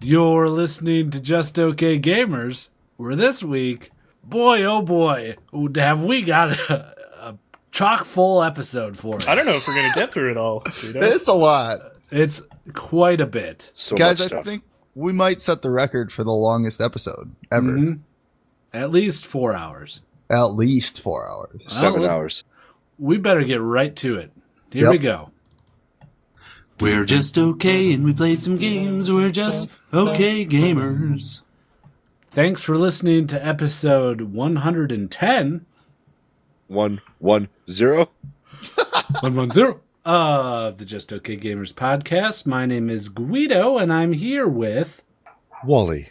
You're listening to Just Okay Gamers, where this week, boy oh boy, have we got a, a chock full episode for I it. don't know if we're gonna get through it all. You know? It's a lot. It's quite a bit. So Guys, I much stuff. think we might set the record for the longest episode ever. Mm-hmm. Mhm. At least four hours. At least four hours. Seven Well, hours. We better get right to it. Here we Yep. go. We're just okay and we play some games. We're just okay gamers. Thanks for listening to episode 110. One, one, zero. 110 of Uh, the Just Okay Gamers podcast. My name is Guido, and I'm here with. Wally.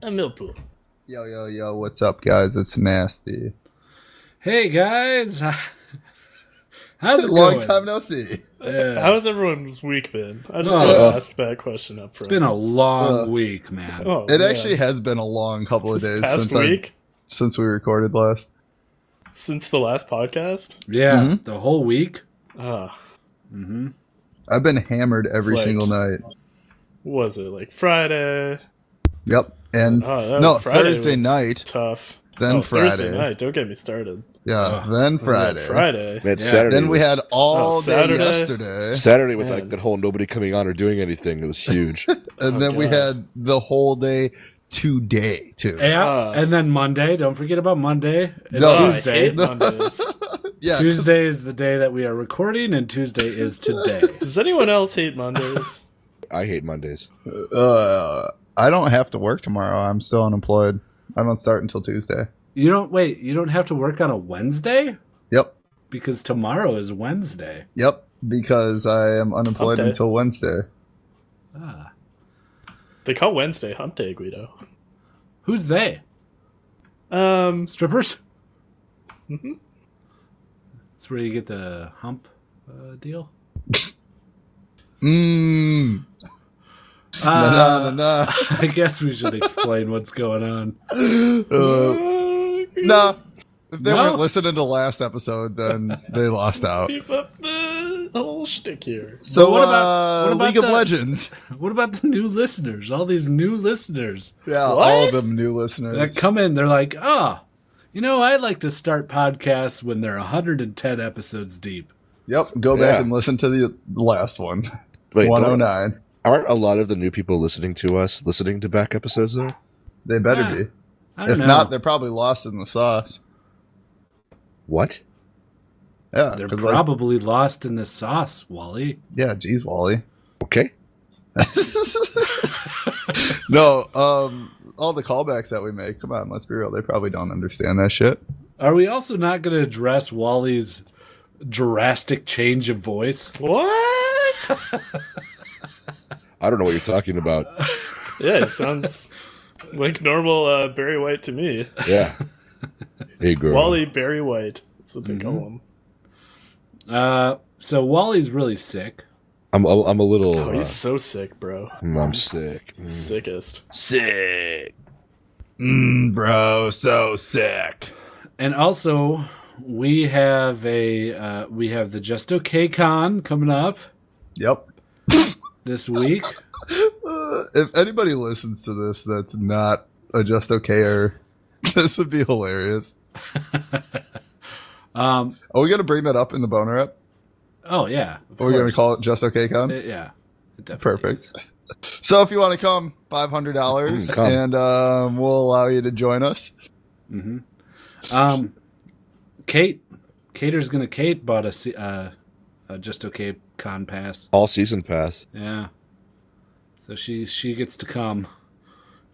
A Millpool. Yo, yo, yo, what's up, guys? It's nasty. Hey guys, how's It's a it long going? time no see. Oh, Yeah. How's everyone's week been? I just Oh. want to ask that question up front. It's been a long Uh, week, man. oh, It man. actually has been a long couple of This days past since I, week since we recorded last. since the last podcast. yeah, Mhm. the whole week. Ah, hmm I've been hammered every like- single night. was it like Friday? Yep. And Oh, that- No, Friday Thursday was night. Tough. then Oh, Thursday Friday. night. Don't get me started. Yeah. Ugh. then Yeah, Friday. Friday. Man, Yeah. Saturday. Then we was- had all Oh, day Saturday. yesterday. Saturday with Man. like that whole nobody coming on or doing anything. It was huge. and Oh, then we God. had the whole day today, too. Yeah, Uh, and then Monday. Don't forget about Monday and No. Oh, I Tuesday. hate Mondays. yeah. 'cause Tuesday is the day that we are recording, and Tuesday is today. Does anyone else hate Mondays? I hate Mondays. Uh, I don't have to work tomorrow. I'm still unemployed. I don't start until Tuesday. you don't wait. You don't have to work on a Wednesday Yep. because tomorrow is Wednesday. Yep. Because I am unemployed Hump day. until Wednesday. Ah. They call Wednesday Hump Day, Guido. Who's they? Um, Strippers. mhm. That's where you get the hump uh, deal. Mm. Mmm. Uh, na, na, na, na. I guess we should explain what's going on. Uh, nah. If they No? weren't listening to last episode, then they lost Let's out. keep up the whole shtick here. So But what about- uh, what about League of the- Legends? What about the new listeners? All these new listeners Yeah, What? all of them new listeners. that come in, they're like, oh, you know, I like to start podcasts when they're 110 episodes deep. yep, go back Yeah. and listen to the last one. Wait, don't- 109. aren't a lot of the new people listening to us listening to back episodes though? They better Yeah, be. I If don't know. not, they're probably lost in the sauce. What? Yeah, they're 'cause, like, probably lost in the sauce, Wally. yeah, geez, Wally. Okay. no, um, all the callbacks that we make. Come on, let's be real. They probably don't understand that shit. Are we also not going to address Wally's drastic change of voice? What? I don't know what you're talking about. yeah, it sounds like normal uh, Barry White to me. Yeah. Hey girl. Wally Barry White. That's what they call him. Uh, so Wally's really sick. I'm I'm a little Oh, uh, he's so sick, bro. mm, I'm sick. He's the Sickest. Sick. Mm, bro, so sick. And also, we have a uh, we have the Just Okay Con coming up Yep. this week. Uh, if anybody listens to this, that's not a just okayer. This would be hilarious. um, Are we gonna bring that up in the boner app? oh yeah, of Are we gonna course. call it just okay con? It- yeah, it definitely Perfect. is. So if you want to come, five hundred dollars, Mm, come. and um, we'll allow you to join us. Mhm. Um, Kate, Cater's gonna Kate bought a, se- uh, a Just Okay Con pass. All season pass. Yeah, so she she gets to come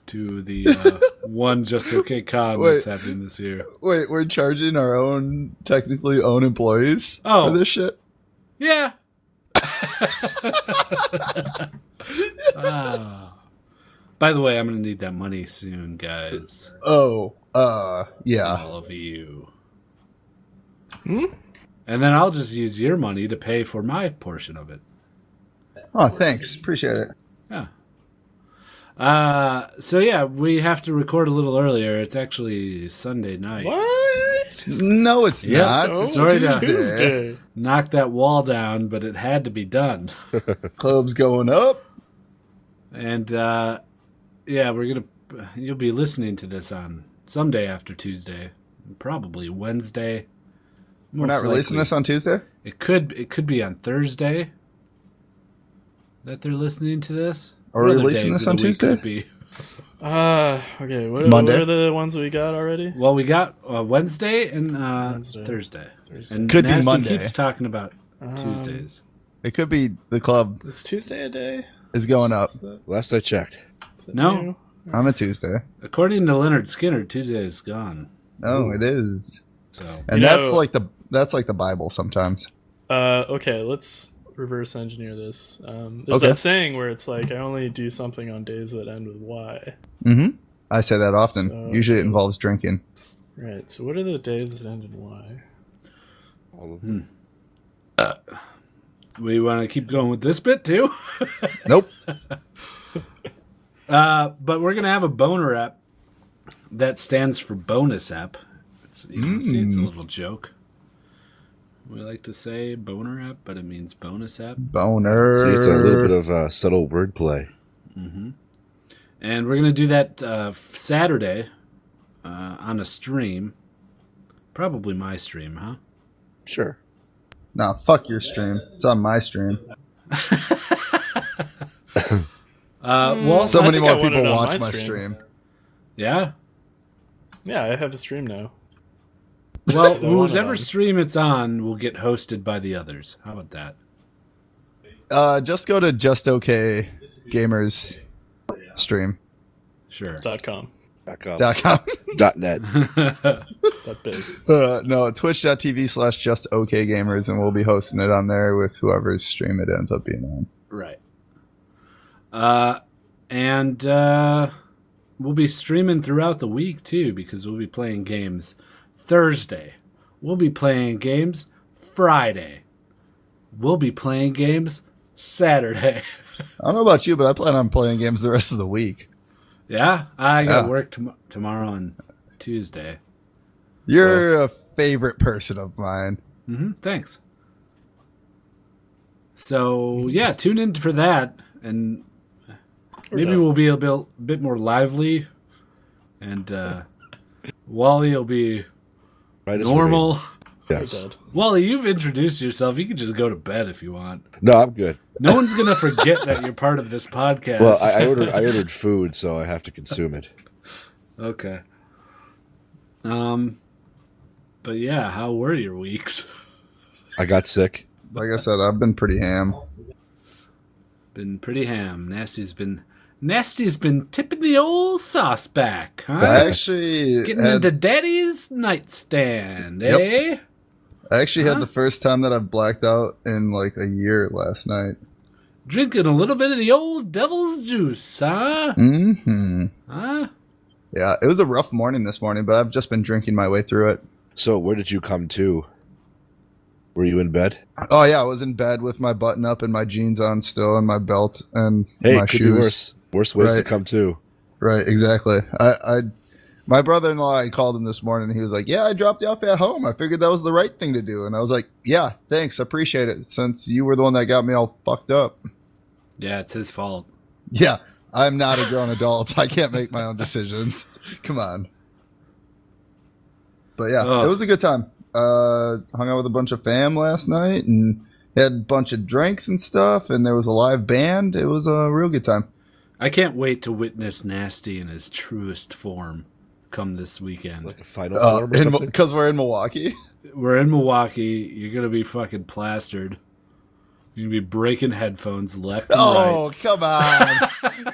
to the uh, one Just Okay Con Wait. that's happening this year. Wait, we're charging our own, technically own employees Oh. for this shit. Yeah. Ah. By the way, I'm gonna need that money soon, guys. Oh, uh, yeah. All of you. Hmm? And then I'll just use your money to pay for my portion of it. Oh, thanks. Appreciate it. Uh, so yeah, we have to record a little earlier. It's actually Sunday night. What? No, it's Yeah. not. Oh, It's sorry to- Tuesday. Tuesday. Knock that wall down, but it had to be done. Club's going up. And uh, yeah, we're gonna. You'll be listening to this on someday after Tuesday, probably Wednesday. We're not most releasing likely. this on Tuesday. It could it could be on Thursday that they're listening to this. Are What we other releasing days this of on the week could it Be? Uh, okay. What, what Monday? are the ones we got already? Well, we got uh, Wednesday and uh, Wednesday. Thursday. Thursday. and Could be Nasty Monday. Keeps talking about Um, Tuesdays. It could be the club is Tuesday a day? is going up Is that- Last I checked. is that No. new? on a Tuesday. According to Leonard Skinner, Tuesday is gone. Oh, it is, So and You that's know- like the that's like the Bible sometimes. Uh, okay, let's reverse engineer this. Um, there's Okay. that saying where it's like, I only do something on days that end with Y. Mm-hmm. I say that often. So- Usually, it involves drinking. Right, so what are the days that end in Y? All of we want to keep going with this bit too. Nope. Uh, but we're gonna have a boner app that stands for bonus app. It's, you can see it's a Mm. little joke. We like to say boner app, but it means bonus app. Boner. See, it's a little bit of uh, subtle wordplay. hmm And we're gonna do that uh, Saturday uh, on a stream, probably my stream, huh? Sure. Nah, fuck your stream. It's on my stream. Uh, Mm. well, Also, so I many think I more want it people on watch my my stream. stream. yeah. Yeah, I have a stream now. Well, I want it whoever on. stream it's on will get hosted by the others. How about that? Uh, just go to Just Okay Gamers stream Sure. Dot com. Dot com. dot com. Dot net. Dot biz. Uh, no, twitch.tv slash just okay gamers, and we'll be hosting it on there with whoever's stream it ends up being on. Right. Uh, and uh, we'll be streaming throughout the week too because we'll be playing games Thursday. We'll be playing games Friday. We'll be playing games Saturday. I don't know about you, but I plan on playing games the rest of the week. yeah, I got Yeah. work tom- tomorrow and Tuesday. You're a favorite person of mine. hmm Thanks. So yeah, tune in for that, and We're maybe done. we'll be a bit, bit more lively, and uh, Wally will be Right as we're normal. reading. We're Yes. dead. Wally, you've introduced yourself. You can just go to bed if you want. No, I'm good. No one's gonna forget that you're part of this podcast. Well, I, I ordered I ordered food, so I have to consume it. okay. Um, but yeah, how were your weeks? I got sick. Like I said, I've been pretty ham. Been pretty ham. Nasty's been nasty's been tipping the old sauce back, huh? I actually Getting had, into Daddy's nightstand, Yep. eh? I actually Huh? had the first time that I've blacked out in like a year last night. Drinking a little bit of the old devil's juice, huh? hmm Huh? Yeah, it was a rough morning this morning, but I've just been drinking my way through it. So where did you come to? Were you in bed? Oh yeah, I was in bed with my button up and my jeans on still and my belt and Hey, my it could shoes. be worse. Worse ways Right. to come to. Right, exactly. I, I my brother in law I called him this morning and he was like, Yeah, I dropped you off at home. I figured that was the right thing to do. And I was like, Yeah, thanks, appreciate it, since you were the one that got me all fucked up. Yeah, it's his fault. Yeah, I'm not a grown adult. I can't make my own decisions. Come on. But yeah, Ugh. it was a good time. Uh, hung out with a bunch of fam last night and had a bunch of drinks and stuff, and there was a live band. It was a real good time. I can't wait to witness Nasty in his truest form come this weekend. Like a final form or something? Because we're Uh, in Milwaukee. We're in Milwaukee. You're going to be fucking plastered. You're going to be breaking headphones left and Oh, come on.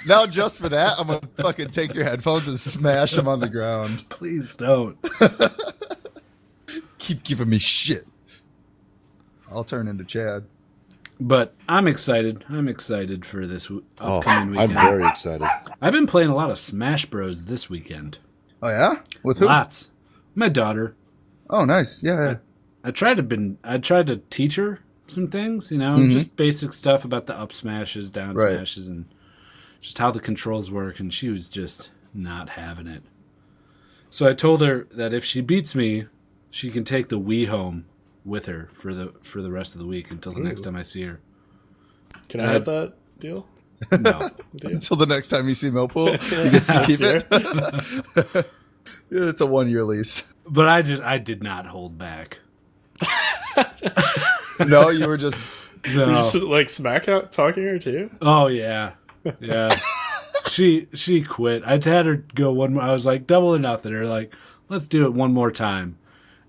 now, just for that, I'm going to fucking take your headphones and smash them on the ground. right. Please don't. Keep giving me shit. I'll turn into Chad. But I'm excited. I'm excited for this w- Oh, upcoming I'm weekend. very excited. I've been playing a lot of Smash Bros this weekend. Oh, yeah? With who? Lots. My daughter. Oh, nice. Yeah. yeah. I tried to been I tried to teach her some things, you know, Mhm. Mm-hmm. just basic stuff about the up smashes, down Right. smashes, and just how the controls work. And she was just not having it. So I told her that if she beats me, she can take the Wii home with her for the for the rest of the week until the next time I see her. Can I have that deal? No. Yeah. until the next time you see Millpool. Yeah, You get to keep sure. it. Yeah, it's a one year lease. But I just I did not hold back. No, you were just Were you No. just, like smack out talking her too? Oh yeah, yeah. she she quit. I had her go one. more I was like double or nothing. Or like let's do it one more time,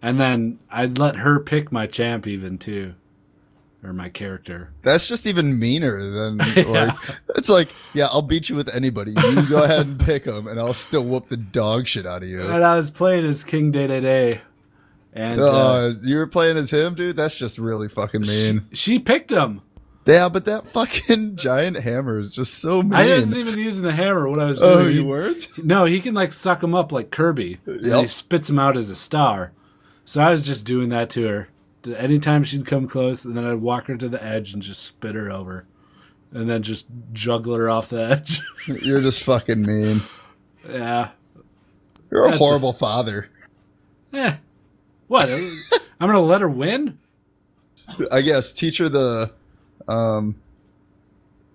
and then I'd let her pick my champ even too, or my character. that's just even meaner than Yeah. or, it's like yeah I'll beat you with anybody. You go ahead and pick them, and I'll still whoop the dog shit out of you. And I was playing as King Day Day Day, and uh, Uh, you were playing as him, dude. That's just really fucking mean. she picked him. Yeah, but that fucking giant hammer is just so mean. I wasn't even using the hammer. What I was doing. oh, you He- weren't? No, he can like suck him up like Kirby. And he Yep. spits him out as a star. So I was just doing that to her. Anytime she'd come close, and then I'd walk her to the edge and just spit her over. And then just juggle her off the edge. You're just fucking mean. yeah. You're a That's a- horrible father. Eh. What? I'm going to let her win? I guess teach her the um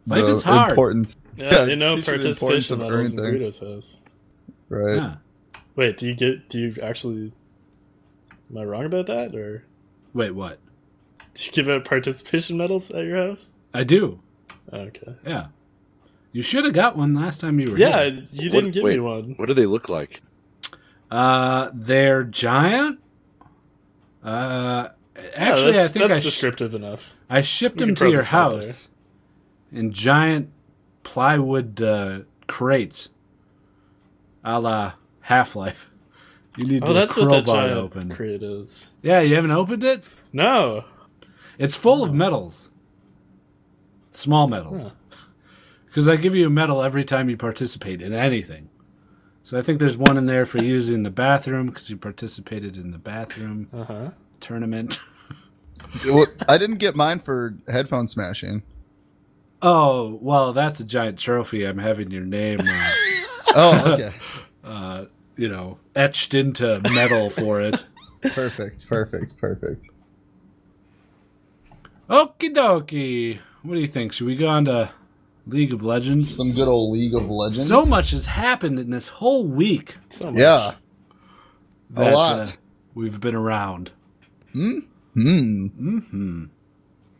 Life the is hard. importance, Yeah, Yeah, you know teach her the importance participation of levels in earning Rita's house. right? Yeah. Wait, do you get? Do you actually? Am I wrong about that, or Wait, what? do you give out participation medals at your house? Oh, I do. Okay. Yeah. You should have got one last time you were Yeah, here. you What- didn't give me wait. one. What do they look like? Uh, they're giant. Uh, Yeah, actually, Oh, that's, I think that's I sh- descriptive enough. I shipped We them can to throw your this out house in giant plywood uh, crates, a la Half Life. You need Oh, to that's what crowbar that giant open. crate is. yeah, you haven't opened it. No, It's full of metals, small metals, because I give you a medal every time you participate in anything. So I think there's one in there for using the bathroom because you participated in the bathroom uh huh. tournament. Well, I didn't get mine for headphone smashing. Oh well, that's a giant trophy. I'm having your name. Uh, Oh, okay. uh, you know, etched into metal for it. perfect, perfect, perfect. Okie dokie. What do you think? Should we go on to League of Legends? Some good old League of Legends. So much has happened in this whole week. So much. Yeah. A that, lot. uh, we've been around. Hmm. hmm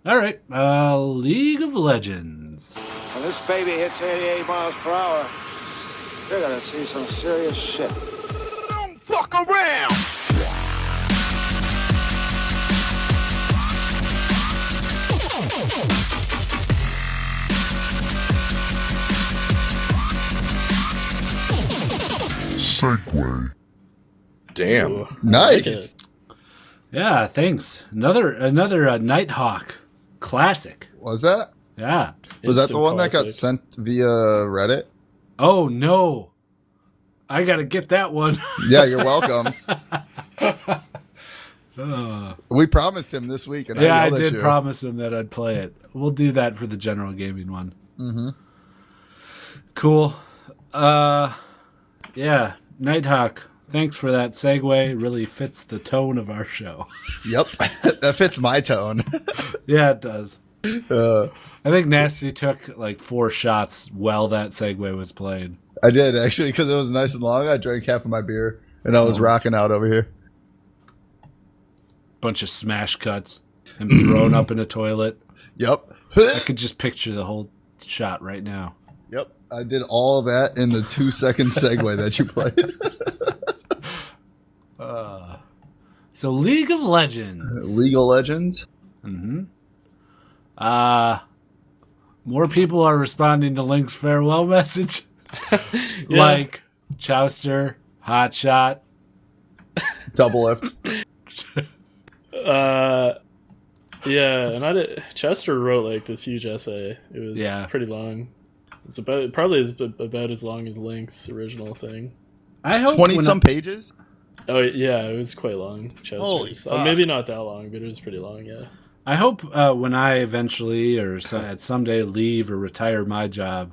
All right. Uh, League of Legends. When this baby hits 88 miles per hour, you're gonna see some serious shit. Damn. Ooh, I like Nice. it. Yeah. Thanks. Another another uh, Nighthawk classic. Was that? Yeah. Was that the Instant one that got classic. sent via Reddit? Oh no. I gotta get that one. Yeah, you're welcome. Ugh. we promised him this week, and yeah, I, I yelled at did you. promise him that I'd play it. We'll do that for the general gaming one. Mhm. Cool. Uh, yeah, Nighthawk. Thanks for that segue. Really fits the tone of our show. Yep, that fits my tone. yeah, it does. Uh, I think Nasty took like four shots while that segue was played. I did actually because it was nice and long. I drank half of my beer, and I Oh. was rocking out over here. Bunch of smash cuts. Him thrown up in a toilet. Yep. I could just picture the whole shot right now. Yep, I did all that in the two second segue that you played. So, League of Legends. Uh. League of Legends. Mm-hmm. Uh more people are responding to Link's farewell message. Yeah. Like Chouster, Hotshot. Double F. Uh, yeah, and I did, Chester wrote like this huge essay. It was Yeah. pretty long. It's about probably as, about as long as Link's original thing. I hope Twenty when some I, pages. Oh yeah, it was quite long. Chester's. Holy Uh, fuck. maybe not that long, but it was pretty long. Yeah. I hope uh, when I eventually or so, at someday leave or retire my job,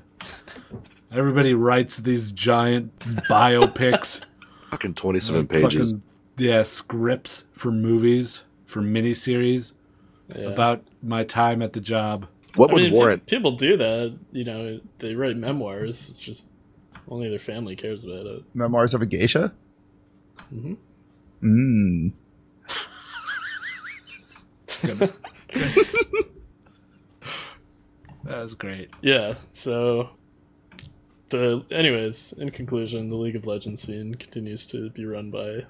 everybody writes these giant biopics, Fucking 27 pages. fucking yeah scripts for movies, for miniseries yeah. about my time at the job. What I would mean, pe- warrant? people do that. You know, they write memoirs. It's just only their family cares about it. Memoirs of a Geisha? Mm-hmm. Mhm. Mm. That was great. Yeah. So, the anyways, in conclusion, the League of Legends scene continues to be run by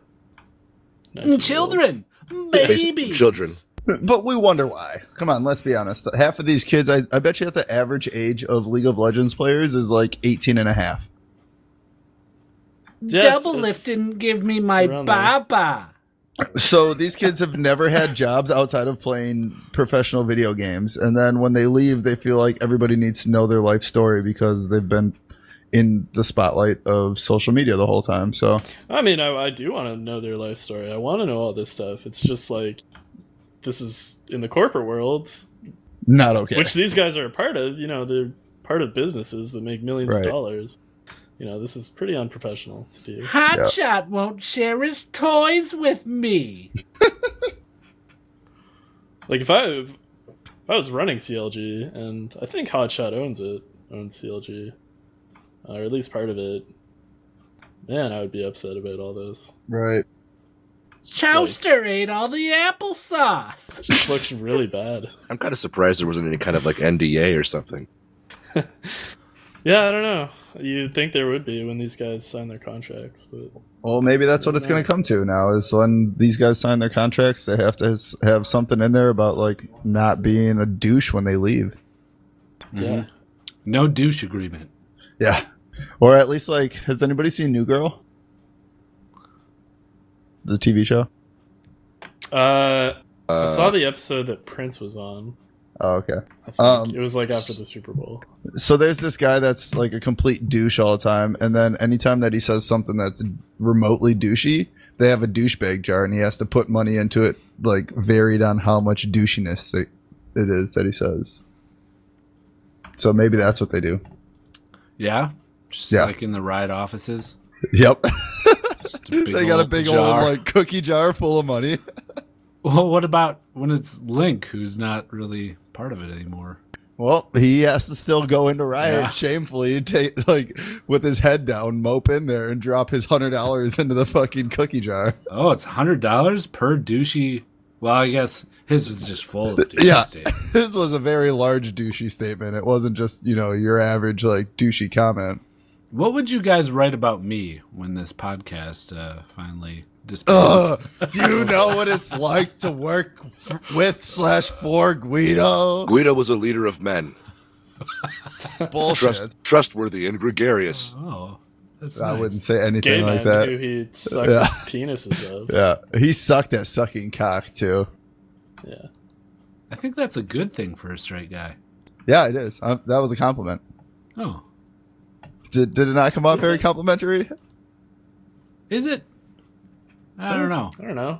19-year-olds. Children, babies, Children. But we wonder why. Come on, let's be honest. Half of these kids, I, I bet you that the average age of League of Legends players is like 18 and a half. Jeff, Double it's- lift and give me my around there. baba. So these kids have never had jobs outside of playing professional video games. And then when they leave, they feel like everybody needs to know their life story because they've been in the spotlight of social media the whole time. So I mean, I, I do want to know their life story. I want to know all this stuff. It's just like this is in the corporate world, not okay. which these guys are a part of. You know, they're part of businesses that make millions Right. of dollars. You know, this is pretty unprofessional to do. Hotshot won't share his toys with me. Like if I if I was running CLG, and I think Hotshot owns it, owns CLG, uh, or at least part of it. Man, I would be upset about all this. right. Chowster ate all the applesauce. This looks really bad. I'm kind of surprised there wasn't any kind of like NDA or something. Yeah, I don't know. You'd think there would be when these guys sign their contracts, but Well, maybe that's what it's going to come to now is when these guys sign their contracts, they have to s- have something in there about like not being a douche when they leave. Mm-hmm. yeah. No douche agreement. Yeah. Or at least like, has anybody seen New Girl? The TV show? Uh, I Uh, saw the episode that Prince was on. Oh, okay. I think Um, it was like after the Super Bowl. So there's this guy that's like a complete douche all the time, and then anytime that he says something that's remotely douchey, they have a douchebag jar, and he has to put money into it, like varied on how much douchiness it, it is that he says. So maybe that's what they do. Yeah, just Yeah. like in the ride offices. Yep, Just a big they got a old big jar. old like cookie jar full of money. Well, what about when it's Link who's not really part of it anymore? Well, he has to still go into riot Yeah. shamefully, take like with his head down, mope in there, and drop his hundred dollars into the fucking cookie jar. Oh, it's hundred dollars per douchey. Well, I guess his was just full of douchey Yeah. statements. this was a very large douchey statement. It wasn't just, you know, your average like douchey comment. What would you guys write about me when this podcast uh, finally disappears? Ugh, do you know what it's like to work f- with slash for Guido? Guido was a leader of men, Bullshit. trust, trustworthy and gregarious. Oh, that's I nice. wouldn't say Gay anything man like that. who he sucked Yeah. penises of. Yeah, he sucked at sucking cock too. Yeah. I think that's a good thing for a straight guy. Yeah, it is. Um that was a compliment. Oh, Did, did it not come off Is very it? complimentary? is it? I don't know. I don't know.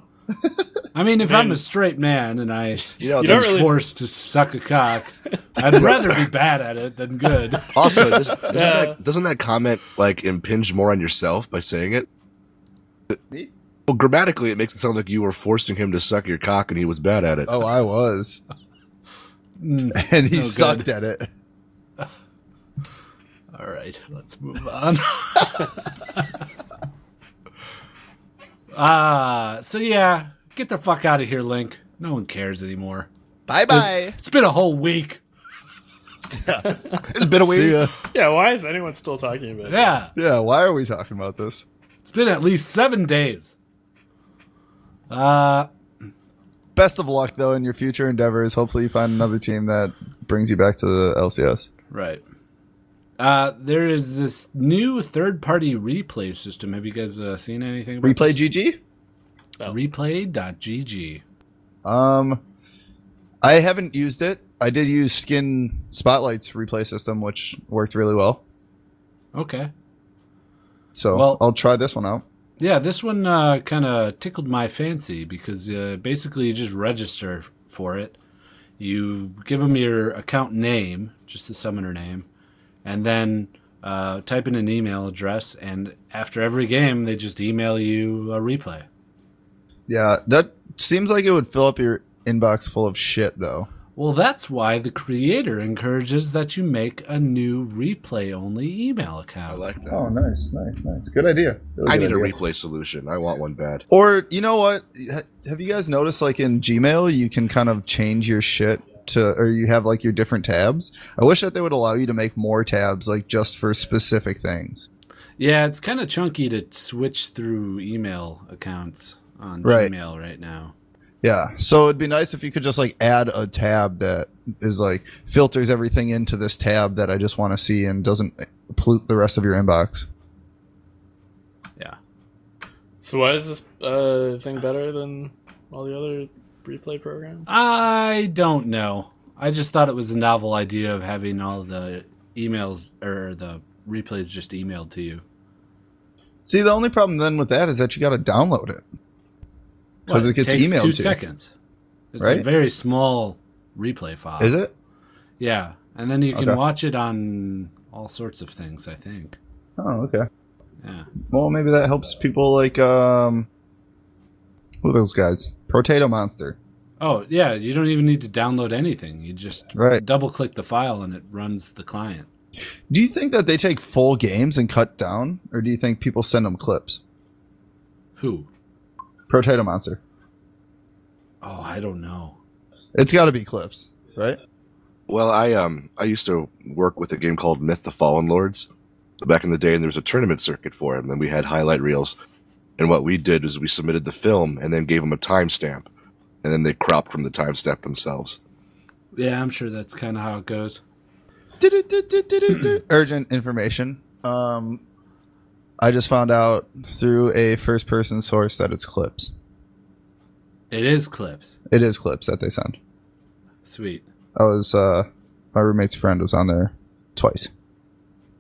I mean, if I I'm mean- a straight man and I You know, You was that's don't really- forced to suck a cock, I'd rather be bad at it than good. also does, doesn't, Yeah. that, doesn't that comment like impinge more on yourself by saying it? Me? Well, grammatically, it makes it sound like you were forcing him to suck your cock, and he was bad at it. Oh, I was. Mm. And he Oh, No good. sucked at it. All right, let's move on. Ah, so yeah, get the fuck out of here, Link. No one cares anymore. Bye bye. It's been a whole week. It's been a See week. ya. Yeah, why is anyone still talking about Yeah, Yeah, why are we talking about this? it's been at least seven days. Uh, Best of luck though in your future endeavors. Hopefully you find another team that brings you back to the LCS. right. Uh, there is this new third-party replay system. Have you guys uh, seen anything? About Replay this? GG? Replay.gg. Um I haven't used it. I did use Skin Spotlight's replay system, which worked really well. Okay. So Well- I'll try this one out. Yeah, this one uh, kind of tickled my fancy because uh, basically you just register for it. You give them your account name, just the summoner name, and then uh, type in an email address. And after every game, they just email you a replay. Yeah, that seems like it would fill up your inbox full of shit though. Well, that's why the creator encourages that you make a new replay only email I account. like that. Oh, nice, nice, nice. Good idea. Really I good need a idea. replay solution. I want one bad. Or you know what? Ha- Have you guys noticed like in Gmail you can kind of change your shit to or you have like your different tabs? I wish that they would allow you to make more tabs like just for specific things. yeah, it's kind of chunky to switch through email accounts on Right. Gmail right now. Yeah. So it'd be nice if you could just like add a tab that is like filters everything into this tab that I just want to see and doesn't pollute the rest of your inbox. So why is this uh, thing better than all the other replay programs? I don't know. I just thought it was a novel idea of having all the emails or the replays just emailed to you. See, the only problem then with that is that you got to download it. 'Cause it gets takes two emailed to you. seconds. It's a Right? very small replay file. Is it? Yeah, and then you can Okay. watch it on all sorts of things. I think. Oh, okay. Yeah. Well, maybe that helps people like um, who are those guys? Potato Monster. Oh yeah, you don't even need to download anything. You just Right. double click the file and it runs the client. Do you think that they take full games and cut down, or do you think people send them clips? Who? Potato Monster. Oh, I don't know. It's got to be clips, right? Well, I um I used to work with a game called Myth: The Fallen Lords back in the day, and there was a tournament circuit for him, and we had highlight reels. And what we did is we submitted the film and then gave them a timestamp, and then they cropped from the timestamp themselves. Yeah, I'm sure that's kind of how it goes. Du-du-du-du-du-du-du. Urgent information. Um, I just found out through a first-person source that it's clips. It is clips. It is clips that they send. Sweet. I was uh, my roommate's friend was on there twice.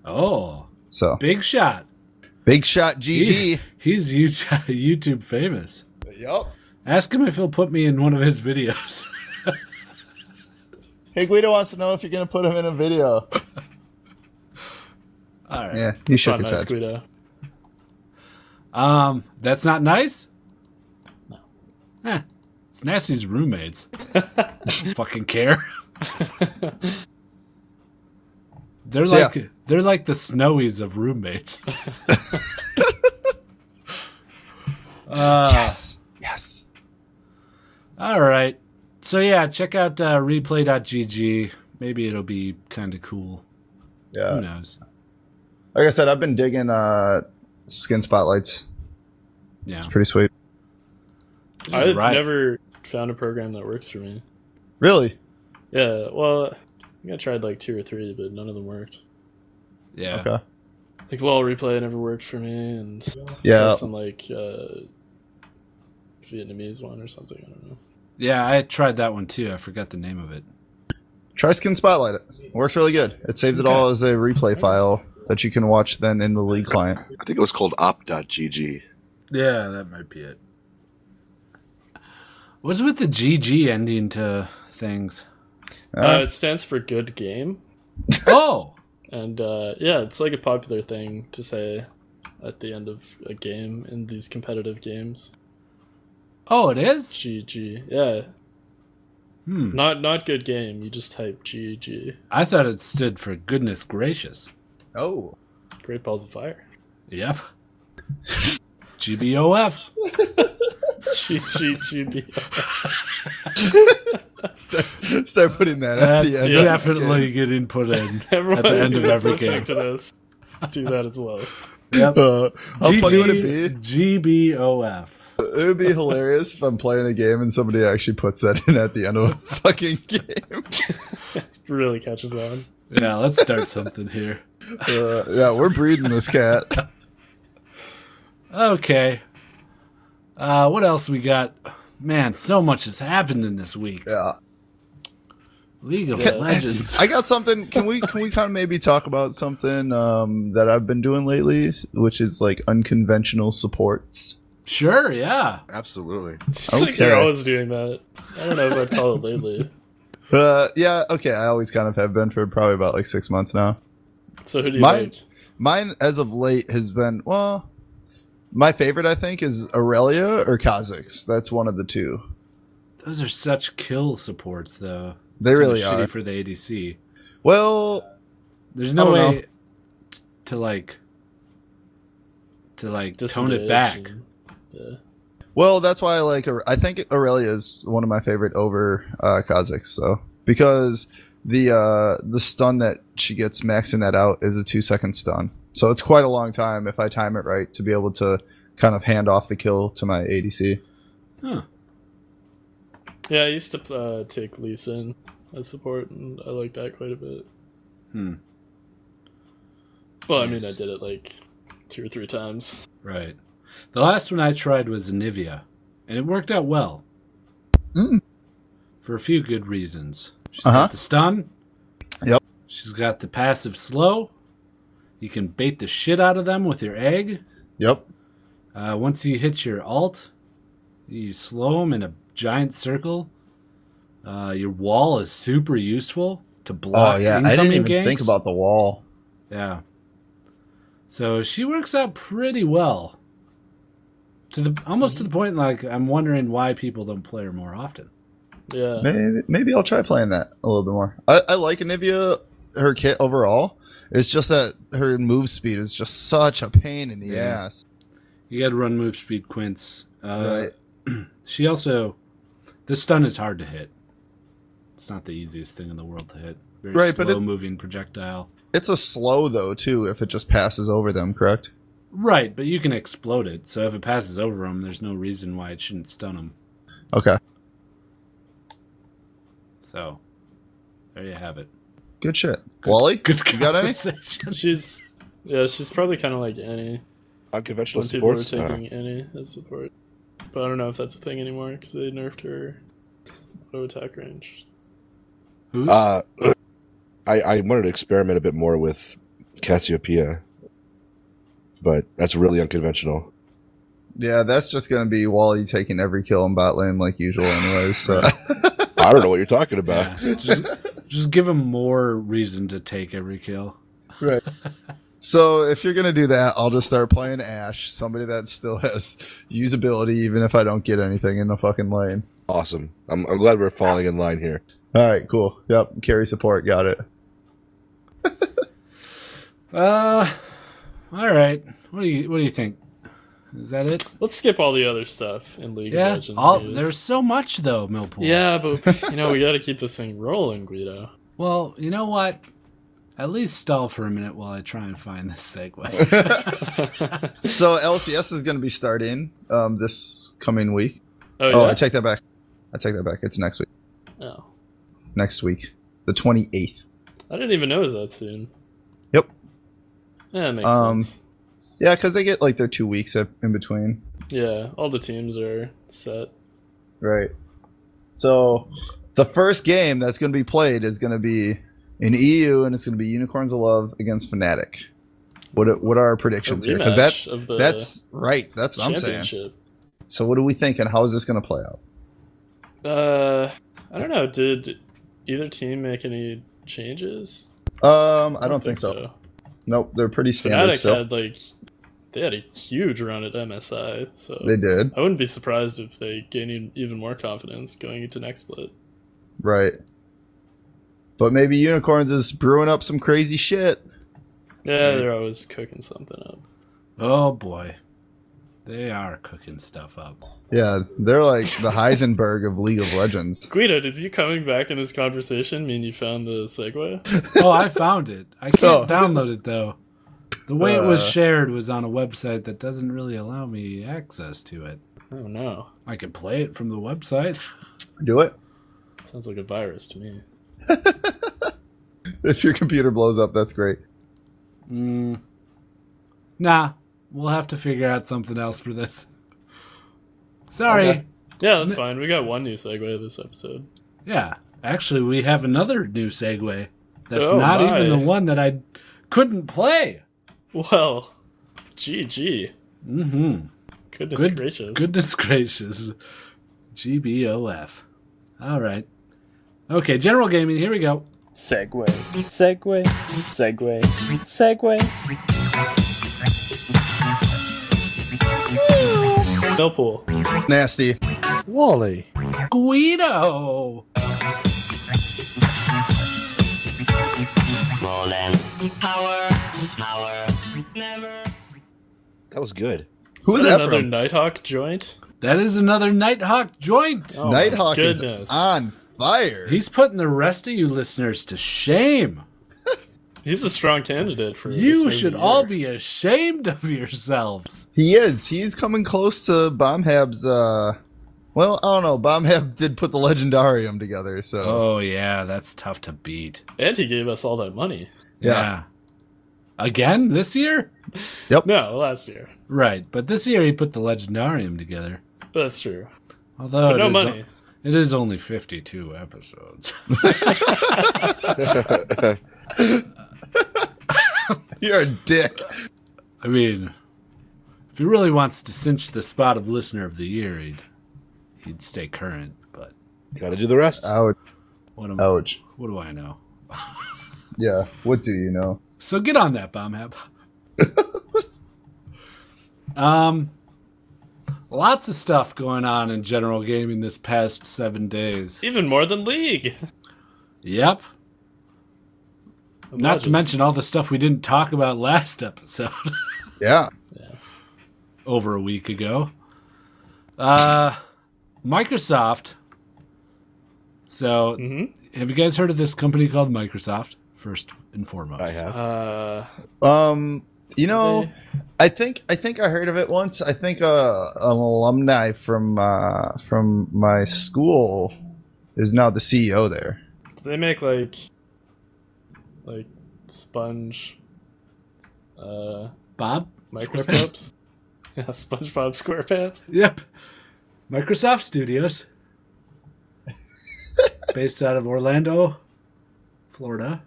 Oh, So big shot. big shot, GG. He's YouTube, YouTube famous. Yup. Ask him if he'll put me in one of his videos. Hey, Guido wants to know if you're gonna put him in a video. All right. Yeah, he shook Not his nice, head. Guido. Um, that's not nice. No. Eh, it's Nasty's roommates. Fucking care. They're So, yeah. like they're like the snowies of roommates. uh, Yes, yes. All right. So yeah, check out uh, replay.gg. Maybe it'll be kind of cool. Who Yeah. knows? Like I said, I've been digging uh, skin spotlights. Yeah. It's pretty sweet. I've right. never found a program that works for me. Really? Yeah, well, I think I tried like two or three, but none of them worked. Yeah. Okay. Like LOL replay never worked for me, and Yeah. tried some like uh, Vietnamese one or something. I don't know. Yeah, I tried that one too. I forgot the name of it. Try skin spotlight. It works really good. It saves it all as a replay file that you can watch then in the league client. I think it was called op.gg. Yeah, that might be it. What's with the GG ending to things? Uh, Uh, it stands for good game, Oh, and uh, yeah, it's like a popular thing to say at the end of a game in these competitive games. oh, it is. GG, yeah, Hmm. not not good game. You just type GG. I thought it stood for goodness gracious. oh. Great balls of fire. Yep. GBOF. GGGB. Start, start putting that at That's the end. definitely getting put in. Everyone end of who's every listening game. to this, do that as well. Yep. Uh, how funny would it be? GG, GBOF. It would be hilarious if I'm playing a game and somebody actually puts that in at the end of a fucking game. Really catches on. Yeah, let's start something here. Uh, yeah, we're breeding this cat. Okay. Uh, what else we got? Man, so much has happened in this week. Yeah. League of Yeah. Legends. I got something. Can we can we kind of maybe talk about something um, that I've been doing lately, which is like unconventional supports. Sure, yeah. Absolutely. It's just like you're Okay. always doing that. I don't know if I'd call it lately. Uh, yeah, okay. I always kind of have been for probably about like six months now. So who do you Mine- like? Mine as of late has been well. My favorite, I think, is Aurelia or Kha'Zix. That's one of the two. Those are such kill supports, though. They kinda really shitty are. Oh, for the ADC. Well, There's I no don't way know. t- to like to like tone Disengage it back. and- yeah. well, that's why I like. Aure- I think Aurelia is one of my favorite over uh, Kha'Zix, though, because the uh, the stun that she gets maxing that out is a two second stun, so it's quite a long time if I time it right to be able to kind of hand off the kill to my ADC. Huh. Yeah, I used to uh, take Leeson as support, and I like that quite a bit. Hmm. Well, I mean, I Nice. did it like two or three times. Right. The last one I tried was Nivea, and it worked out well. Mm. For a few good reasons. She's Uh-huh. got the stun. Yep. She's got the passive slow. You can bait the shit out of them with your egg. Yep. Uh, once you hit your alt, you slow them in a giant circle. Uh, your wall is super useful to block. Oh yeah, I didn't incoming even think ganks. about the wall. Yeah. So she works out pretty well. To the almost to the point like I'm wondering why people don't play her more often. Yeah, Maybe, maybe I'll try playing that a little bit more. I, I like Anivia, her kit overall. It's just that her move speed is just such a pain in the Yeah. ass. You got to run move speed quints. Uh, She also, this stun is hard to hit. It's not the easiest thing in the world to hit. Very Right, slow but it- moving projectile. It's a slow though too if it just passes over them, correct? Right, but you can explode it. So if it passes over them, there's no reason why it shouldn't stun them. Okay, So there you have it. good shit. Wally, Good you got any? conversation. she's yeah, she's probably kind of like Annie. Unconventional When people were sports. uh, taking Annie as support, but I don't know if that's a thing anymore because they nerfed her auto attack range. Who's? Uh, I I wanted to experiment a bit more with Cassiopeia, but that's really unconventional. Yeah, that's just gonna be Wally taking every kill in bot lane like usual, anyways. So I don't know what you're talking about. Yeah, just, just give him more reason to take every kill. right. So if you're gonna do that, I'll just start playing Ash, somebody that still has usability, even if I don't get anything in the fucking lane. Awesome. I'm I'm glad we're falling in line here. All right, cool. Yep, carry support, got it. Uh, all right. What do you What do you think? Is that it? Let's skip all the other stuff in League of Yeah. Legends. All, news. there's so much though, Millpool. yeah, but you know we got to keep this thing rolling, Guido. Well, you know what? At least stall for a minute while I try and find this segue. Oh, So LCS is going to be starting um, this coming week. Oh Oh, I yeah. take that back. I take that back. It's next week. oh. Next week, the twenty eighth. I didn't even know it was that soon. Yep. Yeah, it makes Um, sense. Yeah, because they get like their two weeks up in between, Yeah, all the teams are set. right? So the first game that's going to be played is going to be in EU, and it's going to be Unicorns of Love against Fnatic. What are- what are our A predictions here? Because that rematch of the that's right. That's what I'm saying. championship. So what are we thinking? How is this going to play out? Uh, I don't know. Did either team make any changes? Um, I don't think so. Nope, they're pretty standard Fnatic still. had like they had a huge run at MSI, so They did. I wouldn't be surprised if they gain e-, even more confidence going into next split. Right. But maybe unicorns is brewing up some crazy shit. Yeah, right. they're always cooking something up. oh boy, they are cooking stuff up. Yeah, they're like the Heisenberg of League of Legends. Guido, does you coming back in this conversation mean you found the segue? Oh, I found it. I can't Oh. download it though. The way it was Uh. shared was on a website that doesn't really allow me access to it. Oh no, I could play it from the website. Do it. sounds like a virus to me. If your computer blows up, that's great. Mm. Nah, we'll have to figure out something else for this. Sorry. Okay. Yeah, that's fine. We got one new segue this episode. Yeah, actually, we have another new segue that's Oh, not my. even the one that I couldn't play. Well, GG. hmm Goodness Good- gracious. Goodness gracious. GBOF. All right. Okay, general gaming, here we go. Segway, segway, segway, segway. Millpool. Nasty. Wally. Guido! golden power, power, never. That was good. Who is that that another from? Nighthawk joint? That is another Nighthawk joint. Oh my Nighthawk is goodness. on fire. He's putting the rest of you listeners to shame. He's a strong candidate for. You this should movie all here. be ashamed of yourselves. He is. He's coming close to Bombhab's. Uh, well, I don't know. Bombhab did put the Legendarium together, so Oh yeah, that's tough to beat. And he gave us all that money. Yeah. Again this year? No, last year. Right, but this year he put the legendarium together. That's true. Although but Oh, it no is- uh, money. it is only 52 episodes. you're a dick. I mean, if he really wants to cinch the spot of listener of the year, he'd he'd stay current, but Gotta do the rest. Ouch. what am, Ouch. what do I know? Yeah. What do you know? So get on that bomb hab. um lots of stuff going on in general gaming this past 7 days. Even more than League. Yep. Not to Legends. mention all the stuff we didn't talk about last episode Yeah. over a week ago. Uh, Microsoft. So, Mhm. have you guys heard of this company called Microsoft? First and foremost, I Oh. have. Uh, Um. You know, They- I think I think I heard of it once. I think uh, an alumni from uh, from my school is now the CEO there. they make like, like sponge, uh, Bob. microscopes. yeah, SpongeBob SquarePants. Yep, Microsoft Studios, based out of Orlando, Florida.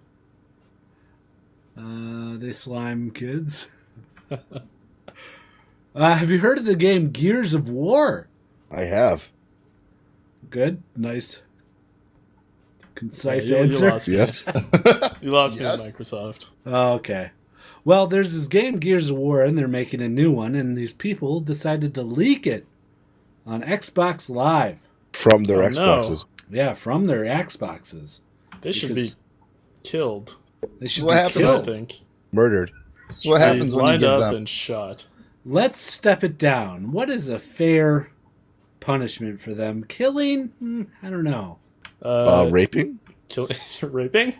Uh, they slime kids. uh, have you heard of the game Gears of War? I have. Good, nice, concise Yeah, you- you answer. lost me. Yes. Oh, You lost me, Yes. at Microsoft. Okay. Well, there's this game Gears of War, and they're making a new one, and these people decided to leak it on Xbox Live. From their Oh, no. Xboxes. Yeah, from their Xboxes. They should Because- be killed. They should What be happened I killed. think. Murdered. That's what They happens when you lined give up them. and shot. Let's step it down. What is a fair punishment for them? Killing? Hmm, I don't know. Uh, Uh, raping? kill- raping,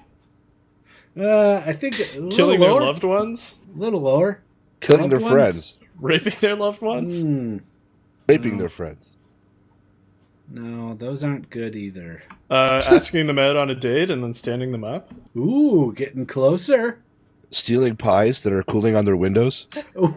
Uh, I think a little killing lower. their loved ones, little lower. Killing their Loved ones? friends. raping their loved ones. Mm. Hmm, Raping No. their friends. no, those aren't good either. Uh, asking them out on a date and then standing them up. Ooh, getting closer. Stealing pies that are cooling on their windows.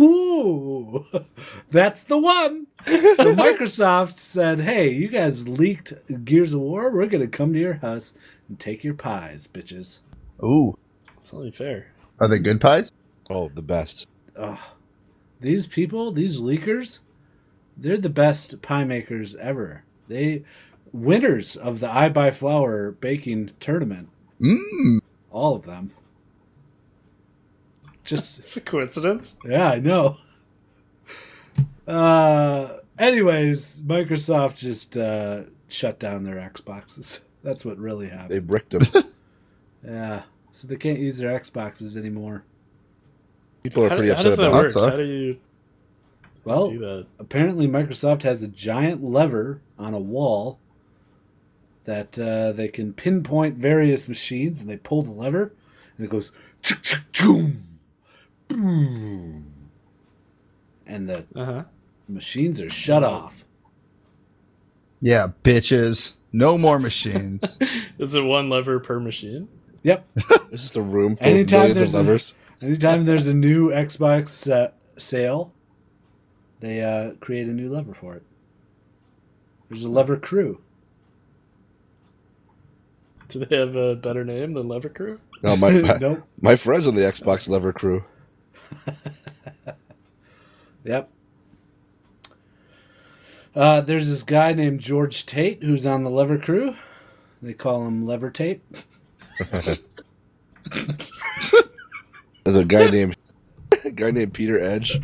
Ooh, that's the one. So Microsoft said, "Hey, you guys leaked Gears of War. We're gonna come to your house and take your pies, bitches." Ooh, It's only fair. are they good pies? Oh, the best. Ugh. These people, these leakers, they're the best pie makers ever. They winners of the I Buy Flour baking tournament. Mmm. All of them. Just It's a coincidence. Yeah, I know. Uh, anyways, Microsoft just uh, shut down their Xboxes. That's what really They happened. bricked them. Yeah, so they can't use their Xboxes anymore. People are how, pretty how upset does that about That work? How sucks. do you Well, Oh. do that? apparently Microsoft has a giant lever on a wall that uh, they can pinpoint various machines, and they pull the lever, and it goes chuck chuck choom, boom, and the Uh huh. Uh-huh. machines are shut off. Yeah, bitches. No more machines. Is it one lever per machine? Yep, it. It's just a room full Anytime of millions there's of a- lovers. Anytime there's a new Xbox uh, sale, they uh, create a new lever for it. There's a lever crew. Do they have a better name than Lever Crew? No, Oh, my, my, nope. my friends on the Xbox Lever Crew. Yep. Uh, there's this guy named George Tate who's on the lever crew. They call him Lever Tate. There's a guy named a guy named Peter Edge.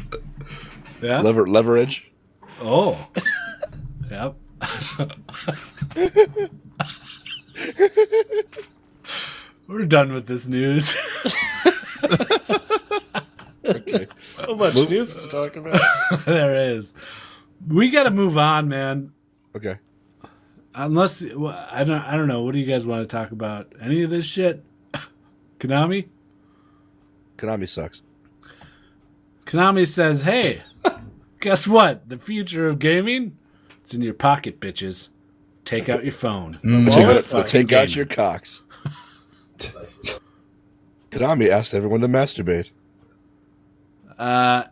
Yeah. Lever Leverage. oh. yep. We're done with this news. So much news to talk about. there is. We got to move on, man. Okay. Unless well, I don't, I don't know. What do you guys want to talk about? Any of this shit? Konami. Konami sucks. Konami says, "Hey, guess what? The future of gaming—it's in your pocket, bitches. Take out your phone." Mm. Take Wallet out- fucking take out game. your cocks. Konami asked everyone to masturbate. Uh,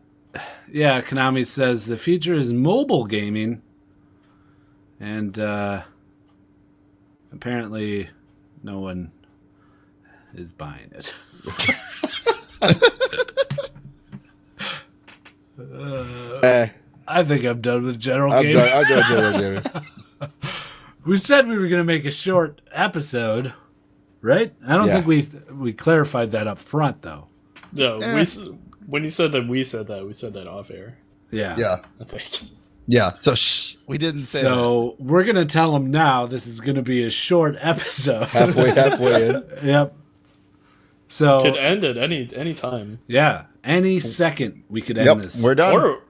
yeah, Konami says the future is mobile gaming, and uh, apparently, no one is buying it. Uh, Eh, I think I'm done with general I'm gaming. done. I'm done general gaming. We said we were going to make a short episode, right? I don't Yeah. think we we clarified that up front, though. No, Eh. we s- when you said that we said that, we said that off air. Yeah. Yeah. I think. Yeah. So shh, we didn't say that. So we're going to tell them now this is going to be a short episode. Halfway, halfway in. yep. So Oh. Could end at any any time. Yeah, any second we could end Yep, this. we're done. Or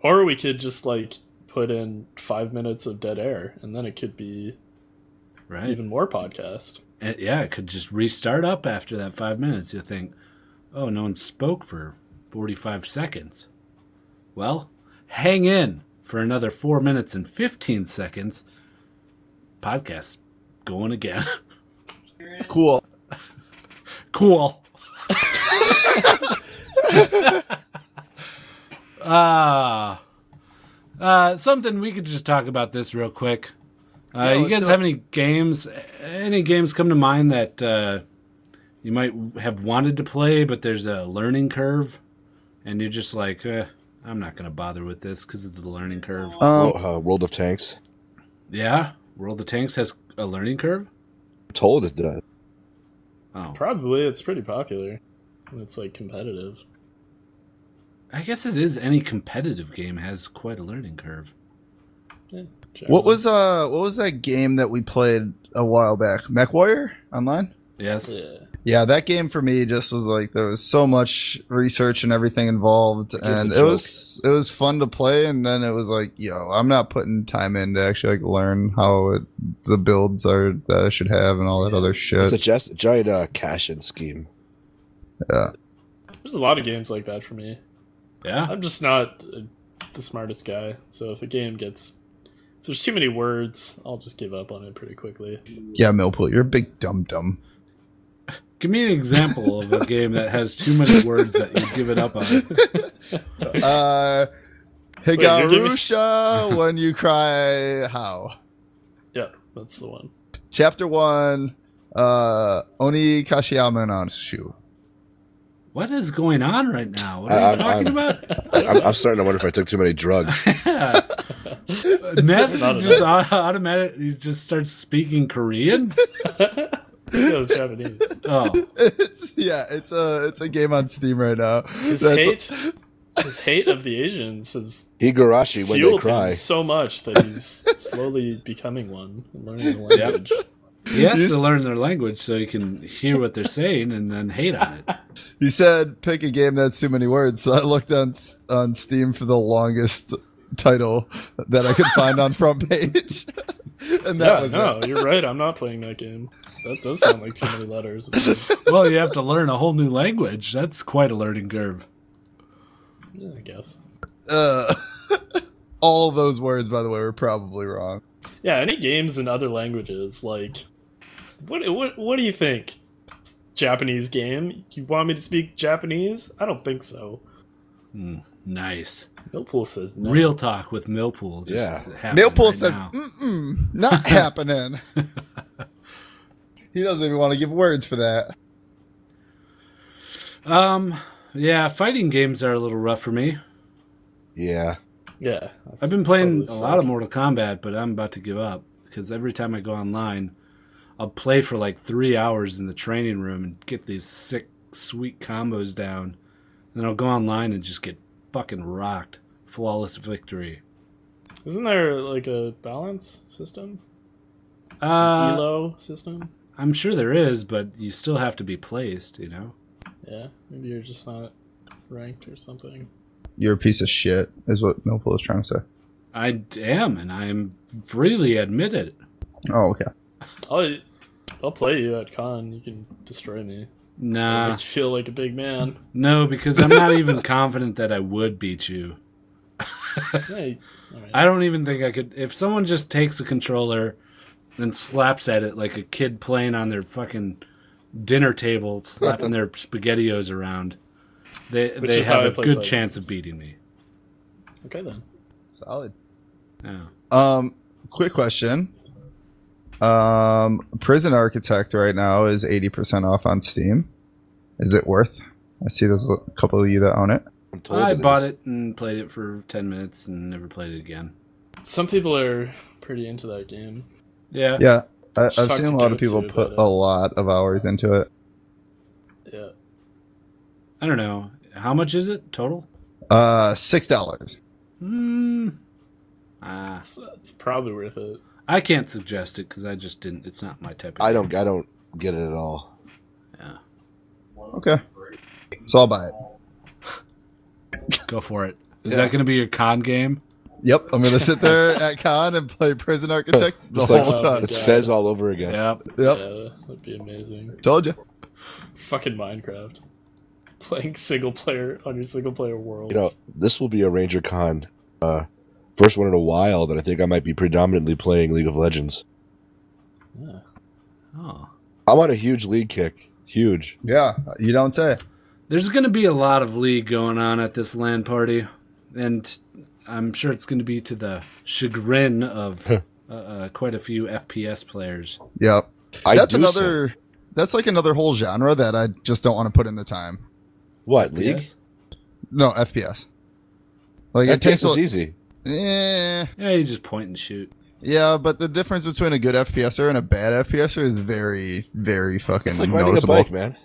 or we could just like put in five minutes of dead air and then it could be right? even more podcast. And, yeah, it could just restart up after that five minutes. You think, oh, no one spoke for forty-five seconds. Well, hang in for another four minutes and fifteen seconds. Podcast going again. cool. cool. Ah. uh, something we could just talk about this real quick. Uh, you let's guys do have it. any games? Any games come to mind that uh, you might have wanted to play, but there's a learning curve, and you're just like, eh, I'm not going to bother with this because of the learning curve. Um, Wo- uh, World of Tanks. Yeah, World of Tanks has a learning curve. I'm told it does. Oh, Probably it's pretty popular. And It's like competitive. I guess it is. Any competitive game has quite a learning curve. generally. what was uh what was that game that we played a while back? MechWarrior online? Yes. yeah. Yeah, that game for me just was like there was so much research and everything involved, a and it joke. was it was fun to play. And then it was like, yo, I'm not putting time in to actually like learn how it, the builds are that I should have and all that other It's shit. a just, giant uh, cash-in scheme. There's a lot of games like that for me. Yeah. I'm just not uh, the smartest guy, so if a game gets if there's too many words, I'll just give up on it pretty quickly. yeah, Millpool, you're a big dum dum. Give me an example of a game that has too many words that you give it up on. Uh, you're giving- Higarusha, when you cry, how? Yeah, that's the one. Chapter one, uh, Oni Kashiyama no Shu. What is going on right now? What I- are you I'm- talking I'm- about? I, I'm, I'm starting to wonder if I took too many drugs. Ness Not is enough. just au- automatic. He just starts speaking Korean. I think that was Japanese. Oh, It's yeah, it's a it's a game on Steam right now. His That's- hate his hate of the Asians has Higurashi when they fueled him cry. so much that he's slowly becoming one and learning the language. he has You s- to learn their language so he can hear what they're saying and then hate on it. You said pick a game that's too many words, so I looked on S- on Steam for the longest title that I could find on front page, and that yeah, was no, it. you're right. I'm not playing that game. That does sound like too many letters. yeah, Well, you have to learn a whole new language. That's quite a learning curve. I guess. Uh, all those words, by the way, were probably wrong. Yeah, any games in other languages, like what what what do you think? Japanese game? You want me to speak Japanese? I don't think so. Nice. Millpool says no. Real talk with Millpool. Just Yeah. happening Millpool right says, now. "Mm-mm, not happening." he doesn't even want to give words for that. Um, yeah, fighting games are a little rough for me. Yeah. Yeah, that's I've been playing totally a lot of suck. Mortal Kombat, but I'm about to give up because every time I go online, I'll play for like three hours in the training room and get these sick, sweet combos down. And then I'll go online and just get fucking rocked. Flawless victory. Isn't there like a balance system? Uh, Elo system? I'm sure there is, but you still have to be placed, you know? Yeah, maybe you're just not ranked or something. You're a piece of shit, is what Millpool is trying to say. I d- am, and I'm freely admit it. Oh, okay. I'll I'll play you at con. You can destroy me. I'll Nah, Make you feel like a big man. no, because I'm not even confident that I would beat you. Hey, all right. I don't even think I could. If someone just takes a controller and slaps at it like a kid playing on their fucking dinner table, slapping their spaghettios around, they Which they is how have I a play good fighting chance of games. beating me. okay then. Solid. Yeah. Um, quick question. Um, Prison Architect right now is eighty percent off on Steam. Is it worth? I see there's a couple of you that own it. I'm told I is. bought it and played it for 10 minutes and never played it again. Some people are pretty into that game. Yeah. Yeah, I, I've Just talk seen to a lot of Goatsu people about put it. a lot of hours into it. Yeah. I don't know. How much is it total? Uh, six dollars. Hmm. Ah, It's, it's probably worth it. I can't suggest it because I just didn't. It's not my type. of I game. don't. I don't get it at all. Okay, so I'll buy it. Go for it. Is Yeah. that going to be your con game? Yep, I'm gonna sit there at con and play Prison Architect the Just whole like time. it's Yeah. Fez all over again. Yep. Yep, Yeah, that'd be amazing. told you. Fucking Minecraft. Playing single player on your single player worlds. You know, this will be a Ranger Con, uh, first one in a while that I think I might be predominantly playing League of Legends. yeah. Oh. I'm on a huge league kick. Huge. Yeah, you don't say. There's going to be a lot of league going on at this land party, and I'm sure it's going to be to the chagrin of uh, uh, quite a few FPS players. Yep, I that's do another. That's like another whole genre that I just don't want to put in the time. some- what league? Yes? No FPS. Like That it takes. takes is e- A, easy. eh, Yeah, you just point and shoot. yeah, but the difference between a good FPSer and a bad FPSer is very, very fucking It's like riding noticeable. a bike, man.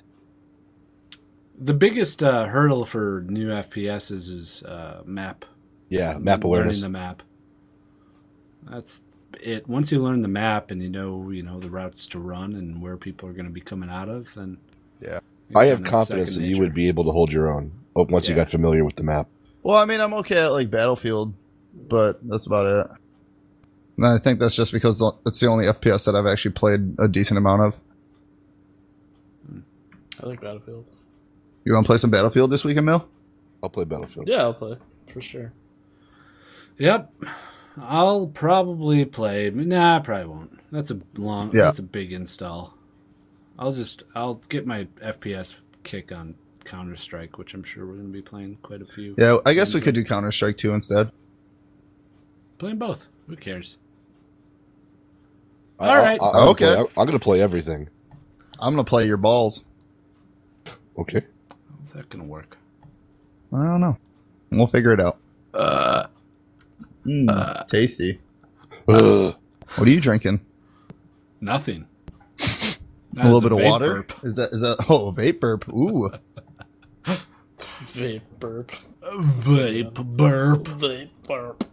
The biggest uh, hurdle for new FPSs is uh, map Yeah, map learning awareness. the map. That's it. Once you learn the map and you know you know the routes to run and where people are going to be coming out of, then Yeah. it's I have kinda confidence that second you would nature. be able to hold your own oh, once you Yeah. got familiar with the map. Well, I mean, I'm okay at like Battlefield, but that's about it. And I think that's just because it's the only FPS that I've actually played a decent amount of. I like Battlefield. You want to play some Battlefield this weekend, Mill? I'll play Battlefield. Yeah, I'll play for sure. Yep, I'll probably play. Nah, I probably won't. That's a long. Yeah. That's a big install. I'll just I'll get my FPS kick on Counter Strike, which I'm sure we're going to be playing quite a few. Yeah, I guess we could do Counter Strike 2 instead. Playing both. Who cares? I, All right. I, I, I'm Okay. Gonna play, I, am going to play everything. I'm gonna play your balls. Okay. How's that going to work? I don't know. We'll figure it out. Uh, tasty. Ugh. What are you drinking? Nothing. A little bit of water. Is that is that? Oh, a vape burp. Ooh. Vape burp. Vape burp. Vape burp.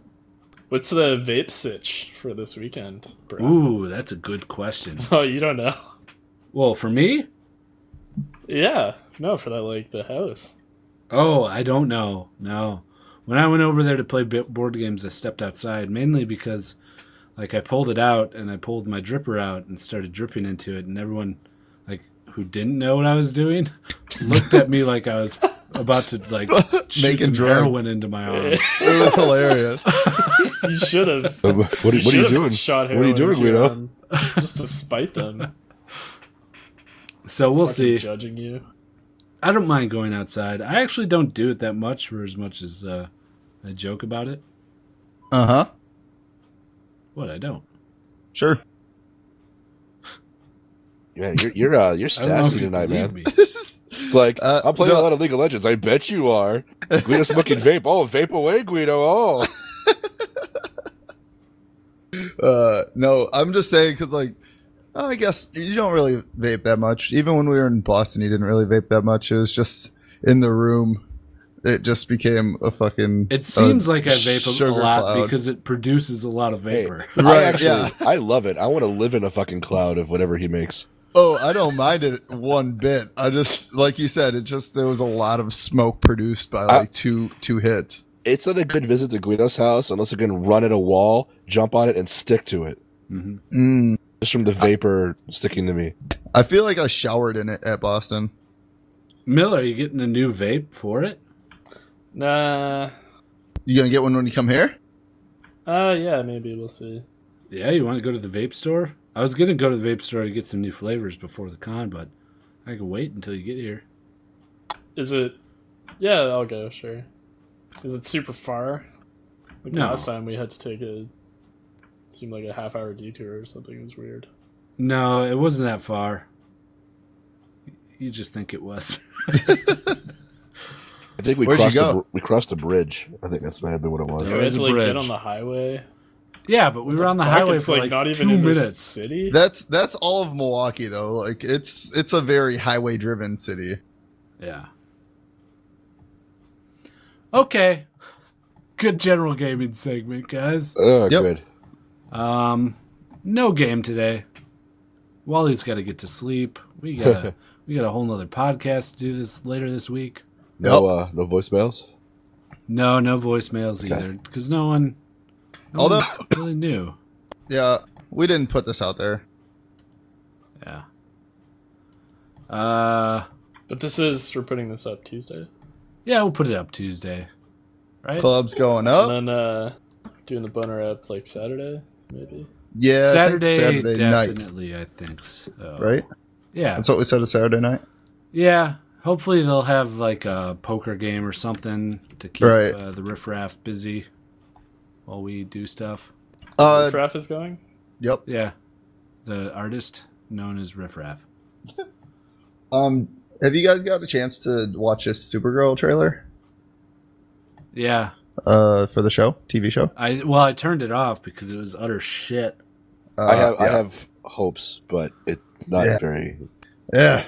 What's the vape sitch for this weekend, bro? Ooh, that's a good question. Oh, you don't know? Well, for me, Yeah. No, for that like the house. oh, I don't know. No, when I went over there to play bi- board games, I stepped outside mainly because, like, I pulled it out and I pulled my dripper out and started dripping into it, and everyone, like, who didn't know what I was doing, looked at me like I was about to like shoot Making some drugs. heroin into my arm. It was hilarious. you should have. Uh, what, what, are- what are you should've doing? Shot What are you doing, heroin into Guido? them, Just to spite them. So we'll Fucking see. Judging you. I don't mind going outside. I actually don't do it that much for as much as uh, I joke about it. Uh huh. What I don't. Sure. Man, you're you're uh, you're I don't know if sassy you tonight, believe man. me. It's like Uh, I'm playing no. a lot of League of Legends. I bet you are. Guido's smoking vape. Oh, vape away, Guido. Oh, Uh, no, I'm just saying because like, I guess you don't really vape that much. Even when we were in Boston, you didn't really vape that much. It was just in the room. It just became a fucking. It a seems like I vape a sugar lot cloud. because it produces a lot of Hey, vapor. uh, I Right, actually, yeah. I love it. I want to live in a fucking cloud of whatever he makes. Oh, I don't mind it one bit. I just like you said, it just there was a lot of smoke produced by like two two hits. It's not a good visit to Guido's house unless you can run at a wall, jump on it, and stick to it. Mhm. Mm. Just from the vapor sticking to me. I feel like I showered in it at Boston. Miller, are you getting a new vape for it? Nah. You gonna get one when you come here? Uh, yeah, maybe we'll see. Yeah, you want to go to the vape store? I was gonna go to the vape store to get some new flavors before the con, but I could wait until you get here. Is it? Yeah, I'll go. Sure. Is it super far? Like No. Last time we had to take a seemed like a half hour detour or something. It was weird. No, it wasn't that far. You just think it was. I think we Where'd you crossed go? a, br- we crossed a bridge. I think that's might have been what it was. There Yeah, we had is to a like bridge. get on the highway. yeah, but we were on the Fuck, highway it's, for like, not even two in the minutes. city. That's that's all of Milwaukee though. Like it's it's a very highway driven city. Yeah. Okay. Good general gaming segment, guys. Oh, Yep. good. Um, no game today. Wally's got to get to sleep. We got we got a whole nother podcast to do this later this week. No, uh, no voicemails. No, no voicemails either because no one. No Although- one really knew. Yeah, we didn't put this out there. Yeah. Uh, But this is we're putting this up Tuesday, yeah, we'll put it up Tuesday, right? Clubs going up. and then uh, doing the boner app like Saturday maybe. Yeah, I think Saturday, Saturday night. definitely. I think so. Right? Yeah. That's what we said a Saturday night. Yeah, hopefully they'll have like a poker game or something to keep Right. uh, the riffraff busy while we do stuff. Uh, Riff Raff is going. yep. Yeah, the artist known as riffraff. Um, have you guys got a chance to watch this Supergirl trailer? Yeah, Uh, for the show, TV show. I well I turned it off because it was utter shit. Uh, I have I yeah. have hopes, but it's not Yeah. very. Yeah.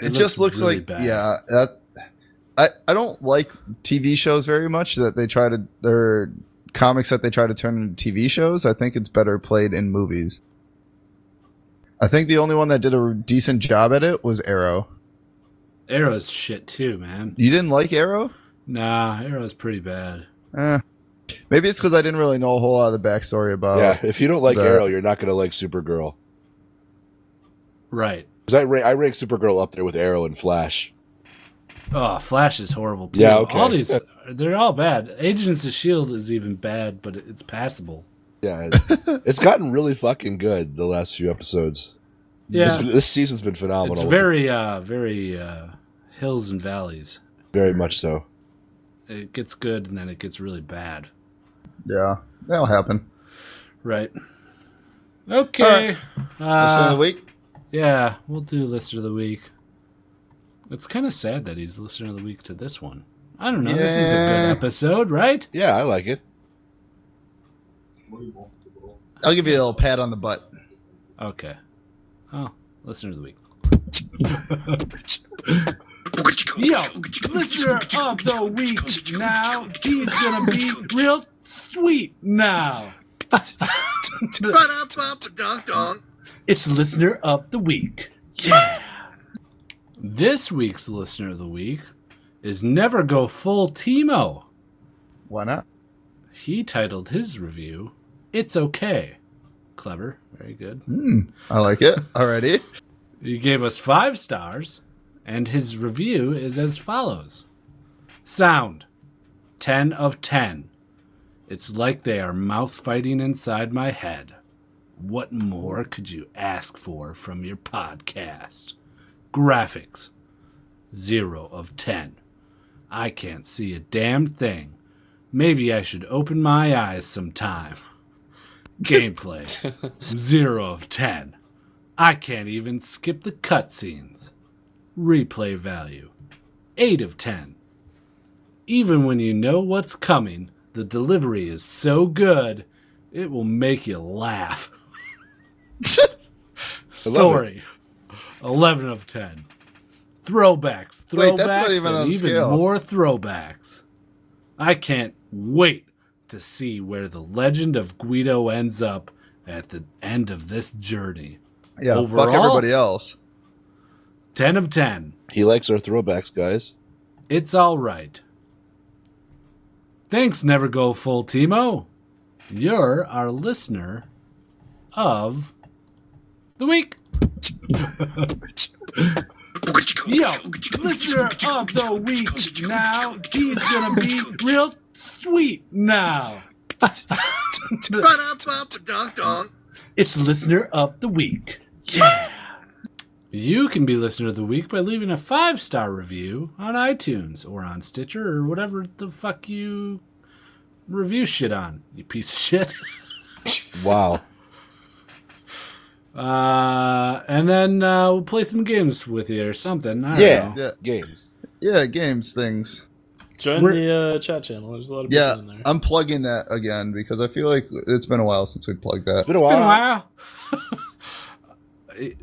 It, It just looks looks really like bad. yeah. That I I don't like TV shows very much that they try to their comics that they try to turn into TV shows. I think it's better played in movies. I think the only one that did a decent job at it was Arrow. Arrow's shit too, man. You didn't like Arrow? Nah, Arrow's pretty bad. Eh. Maybe it's because I didn't really know a whole lot of the backstory about. yeah, if you don't like Uh, the- Arrow, you're not going to like Supergirl. Right. Because I rank, I rank Supergirl up there with Arrow and Flash. Oh, Flash is horrible too. Yeah, okay. All these they're all bad. Agents of Shield E is even bad, but it's passable. Yeah, it- it's gotten really fucking good the last few episodes. Yeah. This, this season's been phenomenal. It's with very uh very uh hills and valleys. it. very much so. It gets good and then it gets really bad. Yeah, that'll happen. Right. Okay. Listener of Uh, the week. yeah, we'll do listener of the week. It's kind of sad that he's listener of the week to this one. I don't know. This is a Yeah. good episode, right? Yeah, I like it. I'll give you a little pat on the butt. Okay. Oh, listener of the week. Yo, listener of the week now. He's gonna be real sweet now. it's listener of the week. Yeah. This week's listener of the week is Never Go Full Timo. Why not? He titled his review, It's Okay. Clever. Very good. Hmm, I like it already. He gave us five stars, and his review is as follows Sound 10 of 10. It's like they are mouth fighting inside my head. What more could you ask for from your podcast? Graphics 0 of 10. I can't see a damn thing. Maybe I should open my eyes sometime. Gameplay 0 of 10. I can't even skip the cutscenes. Replay value 8 of 10. Even when you know what's coming, the delivery is so good, it will make you laugh. Story 11 of 10. Throwbacks, throwbacks, Wait, that's not even on and even scale. more throwbacks. I can't wait to see where the legend of Guido ends up at the end of this journey. Yeah, Overall? fuck everybody else. 10 of 10. He likes our throwbacks, guys. It's all right. Thanks, Never Go Full Timo. You're our listener of the week. Yo, listener of the week now. He's gonna be real sweet now. it's listener of the week. Yeah. You can be listener of the week by leaving a five star review on iTunes or on Stitcher or whatever the fuck you review shit on. You piece of shit. Wow. Uh, and then uh, we'll play some games with you or something. I don't Yeah. know. Yeah, Games. yeah, games things. Join We're- the uh, chat channel. There's a lot of people Yeah, uh, in there. I'm plugging that again because I feel like it's been a while since we plugged that. It's been a Been while. a while.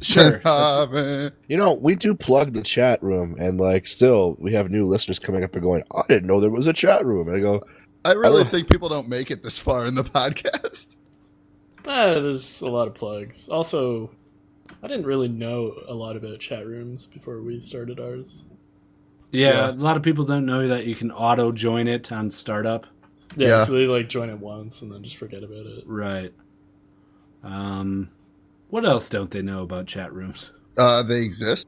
sure. Uh, You know, we do plug the chat room, and like, still, we have new listeners coming up and going, "I didn't know there was a chat room." And I go, I really Oh. think people don't make it this far in the podcast. Ah, there's a lot of plugs. Also, I didn't really know a lot about chat rooms before we started ours. Yeah, Yeah. a lot of people don't know that you can auto join it on startup. Yeah, Yeah. so they like join it once and then just forget about it. Right. Um, what else don't they know about chat rooms? Uh, they exist.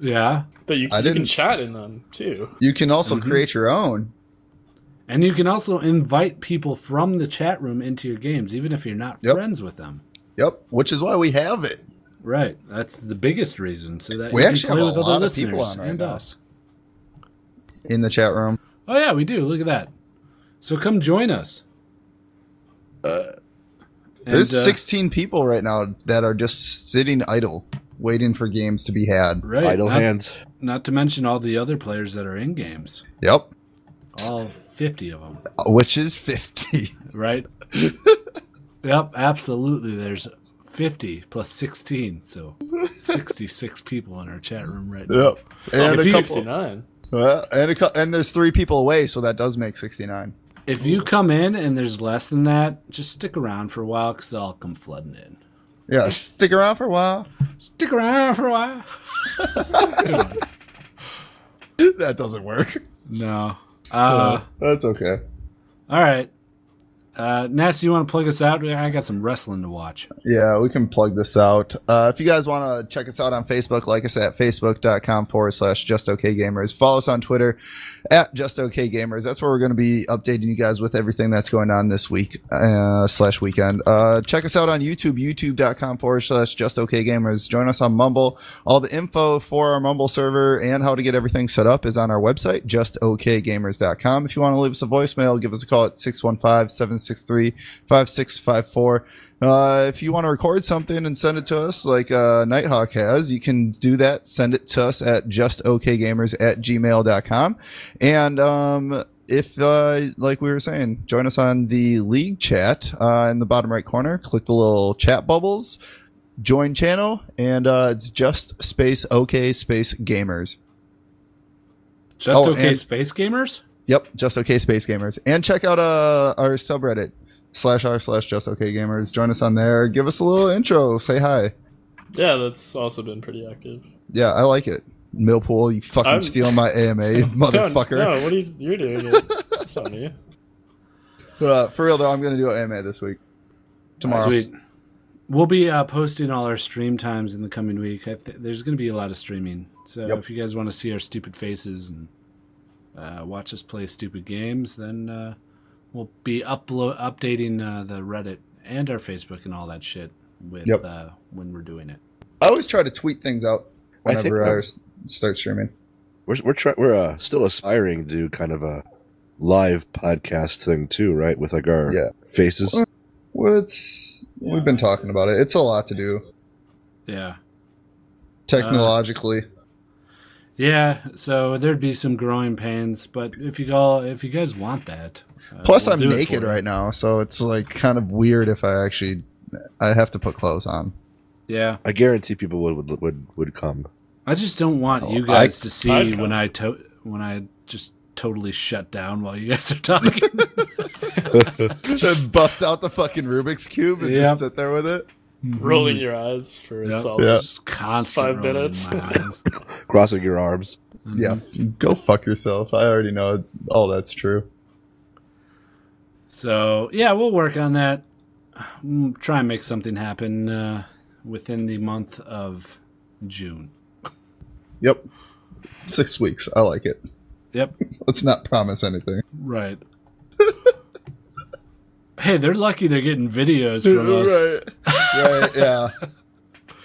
Yeah, But you, I you can didn't- chat in them too. You can also Mhm. create your own. and you can also invite people from the chat room into your games, even if you're not Yep. friends with them. Yep, which is why we have it. Right. That's the biggest reason. So that We you can actually play have a with other lot of listeners people on right and now. us. in the chat room. Oh yeah, we do. Look at that. So come join us. Uh, There's 16 people right now that are just sitting idle, waiting for games to be had. right, "Idle not, hands." Not to mention all the other players that are in games. Yep, Uh, All 50 of them. which is 50. Right. yep. Absolutely. There's 50 plus 16, so 66 people in our chat room right now. Yep, and It's a sixty couple, nine. well, and a cou- and there's three people away, so that does make 69. If you come in and there's less than that, just stick around for a while because I'll come flooding in. Yeah, stick around for a while. Stick around for a while. that doesn't work. No. Uh, That's okay. all right. Uh, Nasty, you want to plug us out? I got some wrestling to watch. Yeah, we can plug this out. Uh, if you guys want to check us out on Facebook, like us at facebook.com forward slash just okay gamers. Follow us on Twitter at just okay gamers. That's where we're going to be updating you guys with everything that's going on this week uh, slash weekend. Uh, check us out on YouTube, youtube.com forward slash just okay gamers. Join us on Mumble. All the info for our Mumble server and how to get everything set up is on our website, justokgamers.com. If you want to leave us a voicemail, give us a call at 615 763 5654. Uh, if you want to record something and send it to us, like uh, Nighthawk has, you can do that. Send it to us at justokgamers at gmail.com. And um, if, uh, like we were saying, join us on the league chat uh, in the bottom right corner. Click the little chat bubbles, join channel, and uh, it's just space OK space gamers. Just Oh, okay, and- space gamers. Yep, just okay space gamers. And check out uh, our subreddit slash r slash just okay gamers. Join us on there. Give us a little intro. Say hi. Yeah, that's also been pretty active. Yeah, I like it. Millpool, you fucking I'm- steal my AMA, No, motherfucker. No, what are you, you're doing? It. That's not me. Uh, for real though, I'm gonna do an AMA this week. Tomorrow. Sweet. We'll be uh, posting all our stream times in the coming week. I th- there's going to be a lot of streaming, so Yep. if you guys want to see our stupid faces and uh, watch us play stupid games, then uh, we'll be upload updating uh, the Reddit and our Facebook and all that shit with Yep. uh, when we're doing it. I always try to tweet things out I think whenever I, that- s- start streaming. We're we're try- we're uh, still aspiring to do kind of a live podcast thing too, right? With like our Yeah. faces. Well, it's we've been talking about it. It's a lot to do Yeah. technologically. Uh, Yeah, so there'd be some growing pains, but if you all if you guys want that, uh, Plus, we'll I'm do it for naked you. right now, so it's like kind of weird if I actually I have to put clothes on. Yeah, I guarantee people would would would, would come. I just don't want you Oh, guys I- to see I'd come. when I to- when I just totally shut down while you guys are talking. Just bust out the fucking Rubik's cube and Yep. just sit there with it. rolling your eyes for a Yep. solid. Yeah. Just constant Five rolling in minutes. my eyes. Um, Crossing your arms. Mm-hmm. Yeah, go fuck yourself. I already know it's, all that's true. So yeah, we'll work on that. Mm, Try and make something happen uh, within the month of June. Yep. Six weeks. I like it. Yep. Let's not promise anything. Right. hey, they're lucky they're getting videos from us. right. Yeah.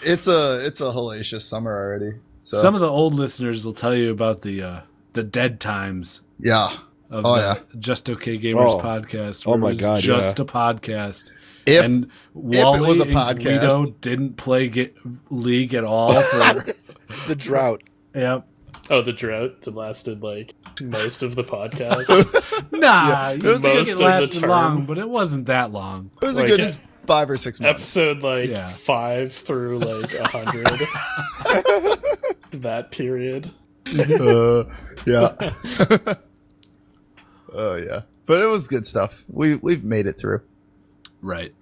It's a it's a hellacious summer already. So Some of the old listeners will tell you about the uh, the dead times yeah. of Oh, the yeah. Just Okay Gamers Oh. podcast. Oh, where it my was God, just a podcast. If and it Wally was a and Guido didn't play ge- league at all. For, The drought. yep. Oh, the drought that lasted like most of the podcast. Nah, you was a think it good- Most of the lasted term. long, but it wasn't that long. it was a like good it. five or six months. episode like Yeah. five through like a hundred. that period. uh, yeah. oh yeah. But it was good stuff. We we've made it through. Right.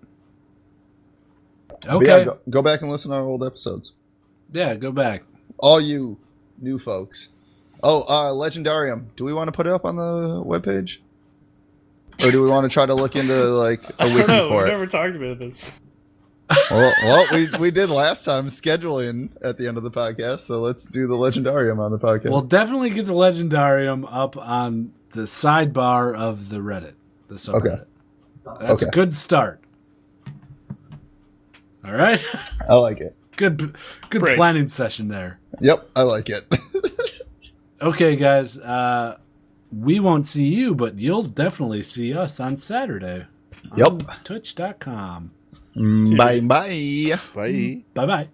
But Okay. yeah, go, go back and listen to our old episodes. back. All you new folks. Oh, uh Legendarium. Do we want to put it up on the webpage? Or do we want to try to look into like a I wiki don't know. for We've it? never talked about this. well, well we, we did last time scheduling at the end of the podcast, so let's do the legendarium on the podcast. We'll definitely get the legendarium up on the sidebar of the Reddit. The subreddit. That's a Okay. good start. All right. I like it. good good Great. planning session there. Yep, I like it. Okay, guys. Uh we won't see you, but you'll definitely see us on Saturday. Yep. Twitch.com. bye bye. Bye. Bye bye.